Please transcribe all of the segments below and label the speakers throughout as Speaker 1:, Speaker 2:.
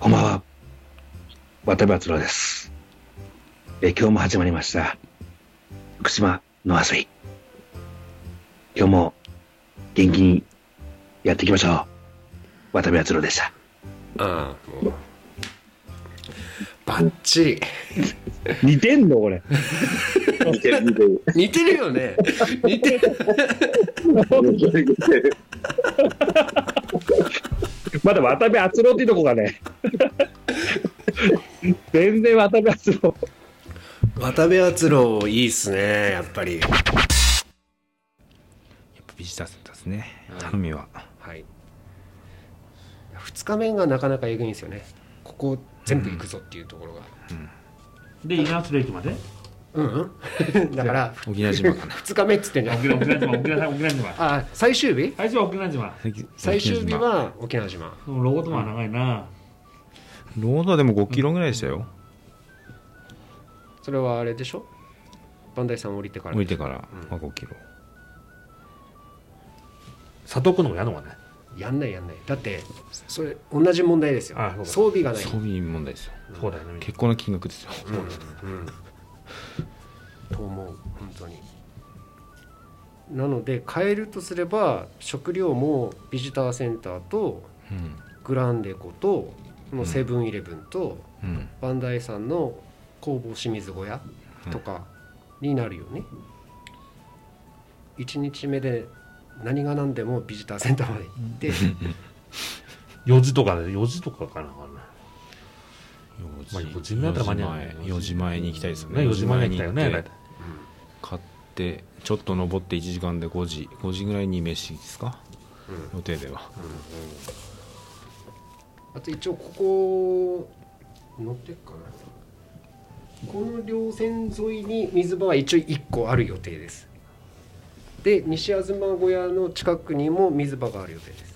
Speaker 1: こんばんは。渡部篤郎です。えー今日も始まりました。福島の遊び。今日も元気にやっていきましょう。渡部篤郎でした。
Speaker 2: ああもうバッチリ
Speaker 1: 似てんのこれ。
Speaker 3: 似てる似てる。
Speaker 2: 似てるよね似てる
Speaker 3: 似てる似てる。
Speaker 1: まだ渡部篤郎っていうとこが ね。全然渡部篤郎。
Speaker 2: 渡部篤郎いいっすねやっぱり
Speaker 4: やっぱビジターセンターですね、頼みは
Speaker 2: はい2日目がなかなかえぐいんですよねここ全部行くぞっていうところが
Speaker 5: で、イナスレイトまで
Speaker 2: うん、 うん、だから
Speaker 4: 沖縄 島かな
Speaker 2: 2日目っつってんじゃん
Speaker 5: 沖縄沖縄島、沖縄島、沖縄島。
Speaker 2: あ最終日
Speaker 5: 最初は沖縄島。
Speaker 2: 最終日
Speaker 4: 沖縄島
Speaker 2: は沖縄島
Speaker 5: でもロゴとも長いな。
Speaker 4: ロードはでも5キロぐらいでしたよ、
Speaker 2: それはあれでしょバンダイさん降りてから
Speaker 4: 降りてから、まあ、5キロ
Speaker 6: 佐藤君のもやんのがね
Speaker 2: やんないやんないだってそれ同じ問題ですよ
Speaker 6: あそうか
Speaker 2: 装備がない
Speaker 4: 装備問題ですよ
Speaker 6: そうだよね
Speaker 4: 結構な金額ですよ
Speaker 2: と思う本当になので変えるとすれば食料もビジターセンターと
Speaker 4: うん
Speaker 2: グランデコとこのセブンイレブンと
Speaker 4: うん
Speaker 2: バンダイさんの工房清水小屋とかになるよね、1日目で何が何でもビジターセンターまで行って
Speaker 6: 4時とかで4時とかかなまあ
Speaker 4: 4
Speaker 6: 4
Speaker 4: 時
Speaker 6: 時目だったら間に合う
Speaker 4: 前4時前に行きたいですよね
Speaker 6: ね4時前に来たよね
Speaker 4: 四時前
Speaker 6: 大
Speaker 4: に行って
Speaker 6: 体
Speaker 4: 買ってちょっと登って1時間で5時5時ぐらいに飯ですか、予定では
Speaker 2: あと一応ここ乗ってっかなこの両線沿いに水場は一応1個ある予定ですで西東小屋の近くにも水場がある予定です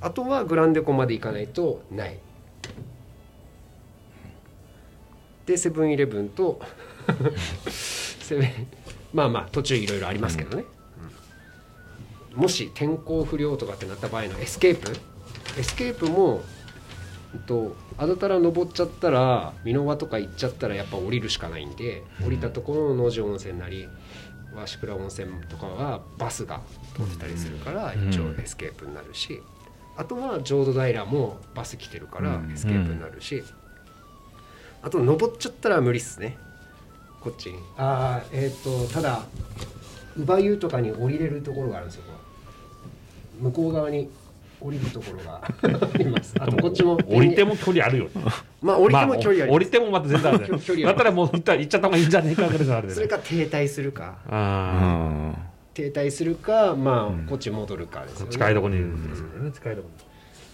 Speaker 2: あとはグランデコまで行かないとないでセブンイレブンと セブンまあまあ途中いろいろありますけどね、うんもし天候不良とかってなった場合のエスケープエスケープも、えっと、あだたら登っちゃったら箕輪とか行っちゃったらやっぱ降りるしかないんで降りたところの能條温泉なり鷲倉温泉とかはバスが通ってたりするから
Speaker 4: うん
Speaker 2: 一応エスケープになるし、あとは浄土平もバス来てるから
Speaker 4: うん
Speaker 2: エスケープになるし、あと登っちゃったら無理っすねこっちにああえっ、とただ乳母湯とかに降りれるところがあるんですよこう向こう側に降りるところがあり ますあとこっちも
Speaker 6: 降りても距離あるよ
Speaker 2: まあ降りても距離あ
Speaker 6: 降
Speaker 2: ります
Speaker 6: りてもまた全然ある
Speaker 2: 距
Speaker 6: ね
Speaker 2: 離
Speaker 6: だ
Speaker 2: ある
Speaker 6: ったらもう行った行っちゃった方がいいんじゃねえかぐらいのある
Speaker 2: そ
Speaker 6: で
Speaker 2: れ
Speaker 6: ね
Speaker 2: か停滞するか
Speaker 6: あ
Speaker 4: あ
Speaker 2: 停滞するかまあこっち戻るかですよ
Speaker 6: あ
Speaker 2: ね
Speaker 6: 近いとこにいるんですよね近いとこに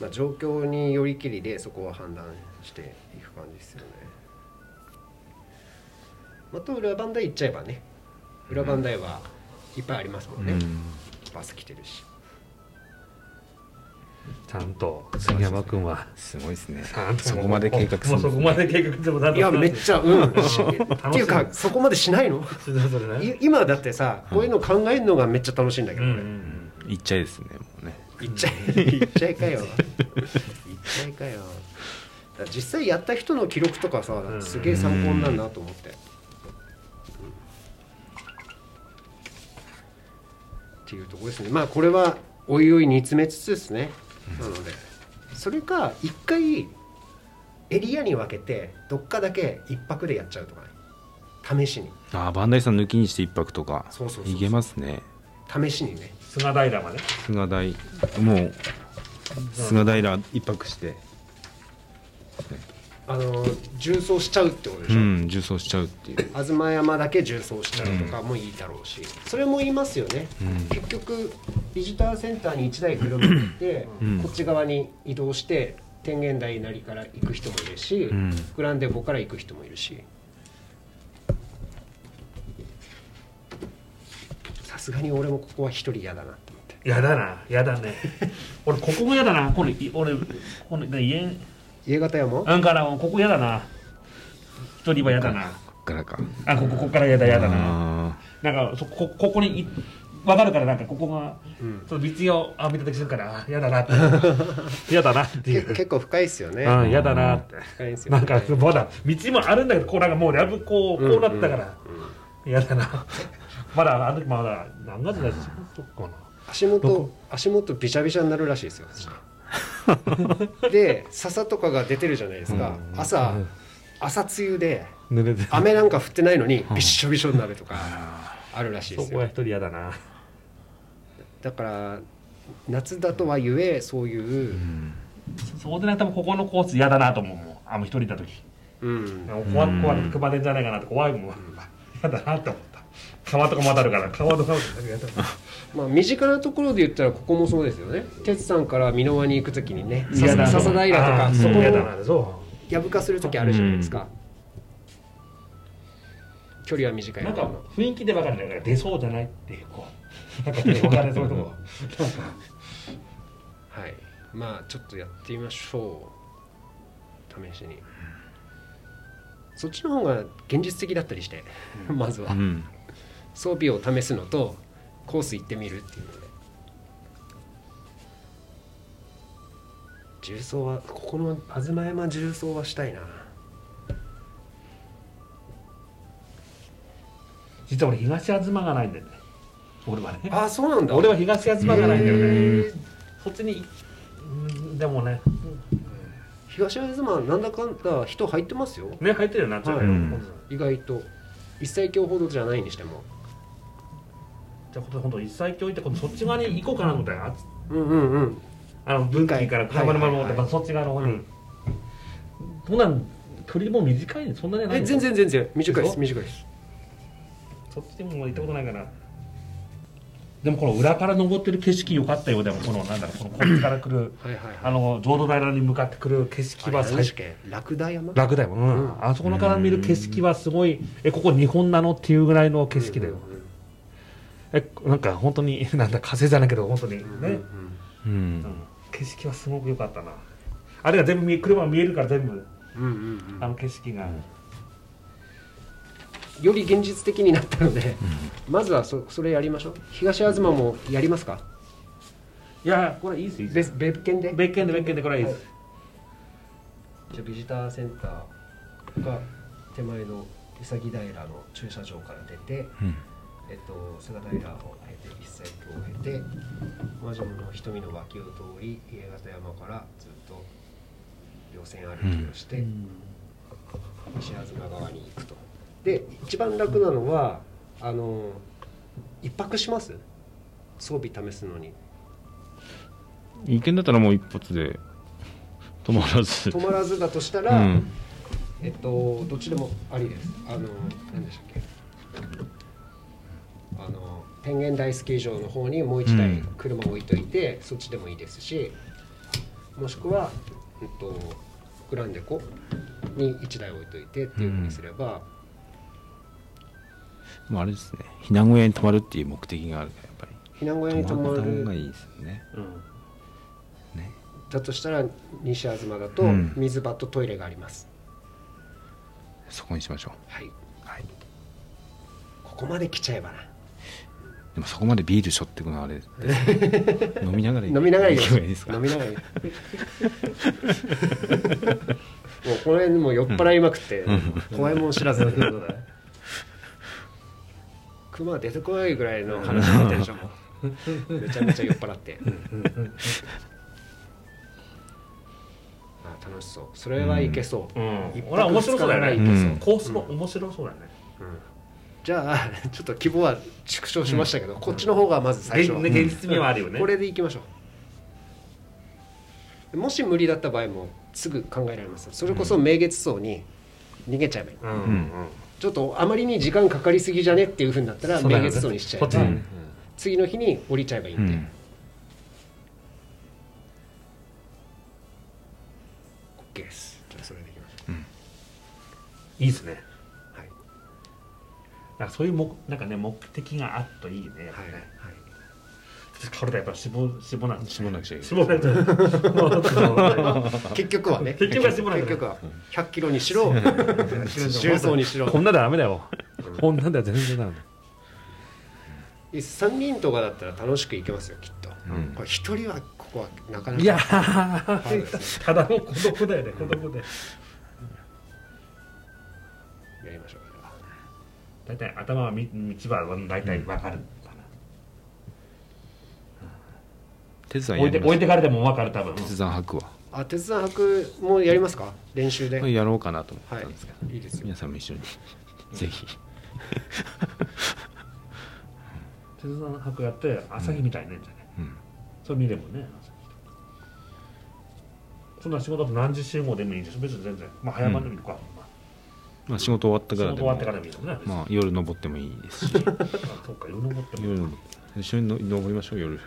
Speaker 2: まあ、状況によりきりでそこは判断していく感じですよね。まあ、と裏磐梯行っちゃえばね裏磐梯はいっぱいありますもんね、
Speaker 4: ーうん
Speaker 2: バス来てるし
Speaker 6: ちゃんと杉山君 は
Speaker 4: すごいですね
Speaker 6: ちゃんと
Speaker 4: そこまで計画す
Speaker 6: もう
Speaker 4: る
Speaker 6: んそ
Speaker 4: で
Speaker 6: こ
Speaker 4: す
Speaker 6: まで計画でもなん
Speaker 2: いや めっ
Speaker 6: ゃ
Speaker 2: ちゃうんしっていうか
Speaker 6: 楽
Speaker 2: そこまでしないの
Speaker 6: それぞれね
Speaker 2: い今だってさこういうの考えるのがめっちゃ楽しいんだ
Speaker 6: う
Speaker 2: けど、
Speaker 6: んう
Speaker 2: こ
Speaker 6: んう
Speaker 2: れ
Speaker 6: ん
Speaker 4: 行っちゃいですねもうね
Speaker 2: 行っちゃえ行っちゃえかよ行っちゃえかよだから実際やった人の記録とかさ
Speaker 6: ん
Speaker 2: すげえ参考になるなと思って、っていうところですねまあこれはおいおい煮詰めつつですねなのでそれか一回エリアに分けてどっかだけ一泊でやっちゃうとかね試しに
Speaker 4: ああバンダイさん抜きにして1泊とか
Speaker 2: そうそうそうそう
Speaker 4: いけますね
Speaker 2: 試しにね
Speaker 6: 菅平まで
Speaker 4: 菅平もう菅平一泊して
Speaker 2: あの重装しちゃうってことでし
Speaker 4: う
Speaker 2: ょ、
Speaker 4: ん重装しちゃうっていう
Speaker 2: 東山だけ重装しちゃうとかもいいだろうし、それも言いますよね、結局ビジターセンターに1台車が行って、
Speaker 4: ん
Speaker 2: こっち側に移動して天元台なりから行く人もいるし、
Speaker 4: ん
Speaker 2: グランデボから行く人もいるしさすがに俺もここは一人嫌だなって思って
Speaker 6: やだなやだね
Speaker 5: 俺、ここが嫌だな。この、い俺、この、ね、家、
Speaker 2: 家型屋も
Speaker 5: なんから、ここ嫌だな。一人は嫌だな。
Speaker 4: こっからか
Speaker 5: あ、ここここから嫌だ、嫌だな。
Speaker 4: あ
Speaker 5: なんか、そこ、ここにい、わかるからなんかここが、
Speaker 2: うん
Speaker 5: その道をあ見た時瞬からあ嫌だなって 嫌だなっていう、
Speaker 2: 結構深いですよね。
Speaker 5: うん、嫌だなって
Speaker 2: 深いですよ、
Speaker 5: な
Speaker 2: ね。
Speaker 5: んかまだ道もあるんだけどこうなんかもうだいぶこうこうなったから
Speaker 2: うんうん
Speaker 5: 嫌だなまだあの時まだ何月だしそっかな
Speaker 2: 足元足元びちゃびちゃになるらしいですよ。 で笹とかが出てるじゃないですか。朝朝梅雨で
Speaker 4: 濡れて
Speaker 2: 雨なんか降ってないのにびっしょびしょになるとかあるらしいで
Speaker 5: そ
Speaker 2: す
Speaker 5: こは
Speaker 2: よ
Speaker 5: 一。人嫌だな
Speaker 2: だから夏だとはゆえそういう、
Speaker 5: そそこでなんか多分ここのコース嫌だなと思うもうあの一人いた時
Speaker 2: うん、
Speaker 5: 怖く怖く熊手じゃないかなって怖いもん 嫌だなって思った川とかまだあるから川とかもあるから嫌だな
Speaker 2: まあ身近なところで言ったらここもそうですよね。哲さんから箕輪に行くときにね、
Speaker 5: 嫌だ
Speaker 2: 笹
Speaker 5: な
Speaker 2: 笹平と
Speaker 5: あ
Speaker 2: か
Speaker 5: ー
Speaker 2: そこ
Speaker 5: 嫌だ
Speaker 2: を
Speaker 5: なそ
Speaker 2: やぶかする時あるじゃないですか、距離は短
Speaker 5: う
Speaker 2: い
Speaker 5: なん
Speaker 2: の
Speaker 5: か雰囲気で分かるね出そうじゃないっていうこうなんかね分かるそういうとこ
Speaker 2: はいまあちょっとやってみましょう試しにそっちの方が現実的だったりしてまずは
Speaker 4: うん
Speaker 2: 装備を試すのとコース行ってみるっていうので重曹はここの吾妻山重曹はしたいな
Speaker 5: 実は俺東東がないんだよね俺はね
Speaker 2: あそうなんだ
Speaker 5: 俺は東東がないんだよね
Speaker 2: へー
Speaker 5: そっちにうんでもね
Speaker 2: 東吾妻なんだかんだ人入ってますよ
Speaker 5: ね入ってるよなっちゃう
Speaker 4: うん
Speaker 2: 意外と一切強ほどじゃないにしても
Speaker 5: じゃあ今度一切教行って今度そっち側に行こうかなと思ったよあっち
Speaker 2: うんうんうん
Speaker 5: あの文化から車の丸持って、
Speaker 2: はいはいはい
Speaker 5: まあ、そっち側の方に、そんなん距離も短いねそんなにはない
Speaker 2: え
Speaker 5: の
Speaker 2: 全然全然短いで
Speaker 5: ですしょ
Speaker 2: 短いです
Speaker 5: そっちでも行ったことないからでもこの裏から登ってる景色良かったよでもこのなんだろうこのこっちから来る
Speaker 2: はいはい
Speaker 5: あの浄土平に向かってくる景色は
Speaker 2: あれ何
Speaker 5: 最
Speaker 2: でしたっけラクダ山
Speaker 5: 楽だよ、うん
Speaker 2: うん
Speaker 5: あそこのから見る景色はすごいえここ日本なのっていうぐらいの景色だよ、
Speaker 2: うんうん
Speaker 5: えなんか本当に なんだ風じゃないけど本当にね、
Speaker 2: うんうん
Speaker 4: う
Speaker 5: うんん景色はすごく良かったなあれが全部見え車見えるから全部
Speaker 2: うんうんうん
Speaker 5: あの景色が、
Speaker 2: より現実的になったのでまずはそそれやりましょう東東もやりますか
Speaker 5: いやこれいいですよいいです
Speaker 2: 別別件で
Speaker 5: 別件で別件でこれはいいです、
Speaker 2: じゃあビジターセンターが手前のうさぎ平の駐車場から出て、
Speaker 4: うん
Speaker 2: えっと、菅平を経て一切を経て魔女の瞳の脇を通り家形山からずっと稜線歩きをして、西吾妻川に行くとで一番楽なのはあの一泊します装備試すのに
Speaker 4: 一見だったらもう一発で止まらず
Speaker 2: 泊まらずだとした
Speaker 4: う
Speaker 2: ら、
Speaker 4: ん
Speaker 2: えっと、どっちでもありです。あの、何でしたっけ。あの、天元大スキー場の方にもう一
Speaker 4: う
Speaker 2: 台
Speaker 4: ん
Speaker 2: 車を置いといて、そっちでもいいですし。もしくは、えっと、グランデコに一台置いといてっていうふうにすれば。
Speaker 4: まああれですね避難小屋に泊まるっていう目的があるからやっぱり
Speaker 2: 避難小屋に泊
Speaker 4: 泊ま
Speaker 2: ま
Speaker 4: った方が
Speaker 2: る
Speaker 4: いいですよね
Speaker 5: うん
Speaker 2: だとしたら西吾妻だと
Speaker 4: うん
Speaker 2: 水場とトイレがあります、
Speaker 4: そこにしましょ
Speaker 2: はい、はい、ここまで来ちゃえばな
Speaker 4: うでもそこまでビールしょってくのはあれですね飲みながら
Speaker 2: 飲みながら
Speaker 4: 行
Speaker 2: 行き
Speaker 4: けば
Speaker 2: ま
Speaker 4: いいですか
Speaker 2: 飲みながら行き もうこの辺もう酔っ払いまくって、怖いもん知らず熊出てこないぐらいの話になってるでしょもうめちゃめちゃ酔っ払ってあ楽しそうそれはいけそう、
Speaker 5: うん
Speaker 2: 一、泊
Speaker 5: 俺は面白そうだよね、
Speaker 4: 二日うん
Speaker 5: コースも面白そうだよね、
Speaker 2: じゃあちょっと規模は縮小しましたけど、こっちの方がまず最初
Speaker 5: 現ね現実味はあるよね、
Speaker 2: これでいきましょうもし無理だった場合もすぐ考えられますそれこそ明月荘に逃げちゃえばいい、
Speaker 5: うんうん
Speaker 2: ちょっとあまりに時間かかりすぎじゃねっていうふうになったら
Speaker 5: そうだ
Speaker 2: 明
Speaker 5: よね
Speaker 2: 月荘にしちゃえ
Speaker 5: こっち
Speaker 2: ば、
Speaker 5: に
Speaker 4: うん
Speaker 2: 次の日に降りちゃえばいい
Speaker 4: うん
Speaker 2: で、
Speaker 4: ん
Speaker 2: オッケーですじゃあそれでいきましょ
Speaker 5: いいですね
Speaker 2: うはい
Speaker 5: なんかそういうもなんかね目的があるといいねやっぱ
Speaker 2: はい
Speaker 5: ね、
Speaker 2: はい
Speaker 5: 体やっぱ脂肪脂肪なんです
Speaker 4: 絞らなく ちゃいけない
Speaker 5: 脂肪なんですよ
Speaker 2: 結局はね
Speaker 5: 結局は絞らない
Speaker 2: 結局は100キロにし ろ重曹にしろ
Speaker 5: こんなでダメだよこんなんでは全然ダメだ
Speaker 2: 3人とかだったら楽しく行けますよきっと、
Speaker 4: うん
Speaker 2: これ一人はここはなかなか
Speaker 5: いや
Speaker 2: ハードです
Speaker 5: ただの孤独だよね孤独で
Speaker 2: ねやりましょうこれは
Speaker 5: 大体頭はみ道は大体わかるか
Speaker 4: 手
Speaker 5: な、
Speaker 4: 伝い
Speaker 5: 置
Speaker 4: や
Speaker 5: いて
Speaker 4: り
Speaker 5: 置
Speaker 4: ま
Speaker 5: い
Speaker 4: す
Speaker 5: てかれてもわかる多分
Speaker 4: 手伝い吐くわ
Speaker 2: あ鉄山博もやりますか練習で、はい、
Speaker 4: やろうかなと思ったんですけど、
Speaker 2: いいですよ
Speaker 4: 皆さんも一緒にぜひ
Speaker 5: 手伝いの箱やって朝日みたいになるんじゃない、
Speaker 4: うん
Speaker 5: それ見ればね朝日そんな仕事だと何時集合でもいいです別に全然、まあ、早番でもいいのか、まあ
Speaker 4: まあ仕事終わった
Speaker 5: 仕
Speaker 4: から
Speaker 5: 事
Speaker 4: で
Speaker 5: 終
Speaker 4: も
Speaker 5: わってからでもいいのね、別に
Speaker 4: まあ夜登ってもいいですし
Speaker 5: あそうか夜登っても
Speaker 4: 夜登って一緒にの登りましょう夜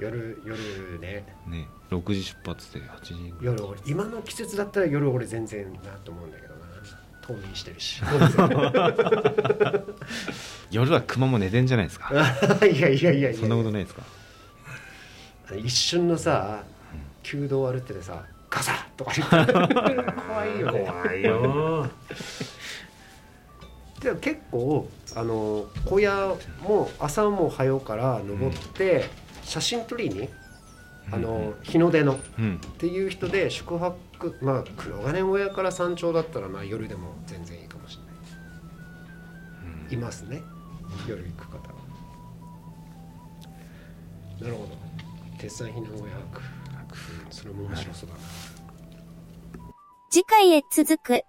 Speaker 2: 夜夜ね
Speaker 4: ね6時出発で8時ぐらい
Speaker 2: 夜俺今の季節だったら夜俺全然なと思うんだけどな冬眠してるし
Speaker 4: 夜は熊も寝てんじゃないですか
Speaker 2: いやいやいやいや
Speaker 4: そんなことないですか
Speaker 2: あの一瞬のさ旧道を歩いててさガサッとか言って怖いよね
Speaker 5: 怖いよー
Speaker 2: でも結構あの小屋も朝も早うから登って、写真撮りにあの日の出のっ
Speaker 4: うん
Speaker 2: ていう人で宿泊まあ黒金小屋から山頂だったらまあ夜でも全然いいかもしれない、いますね夜行く方はなるほど鉄山避難小屋泊それも面白そうだな
Speaker 7: 次回へ続く。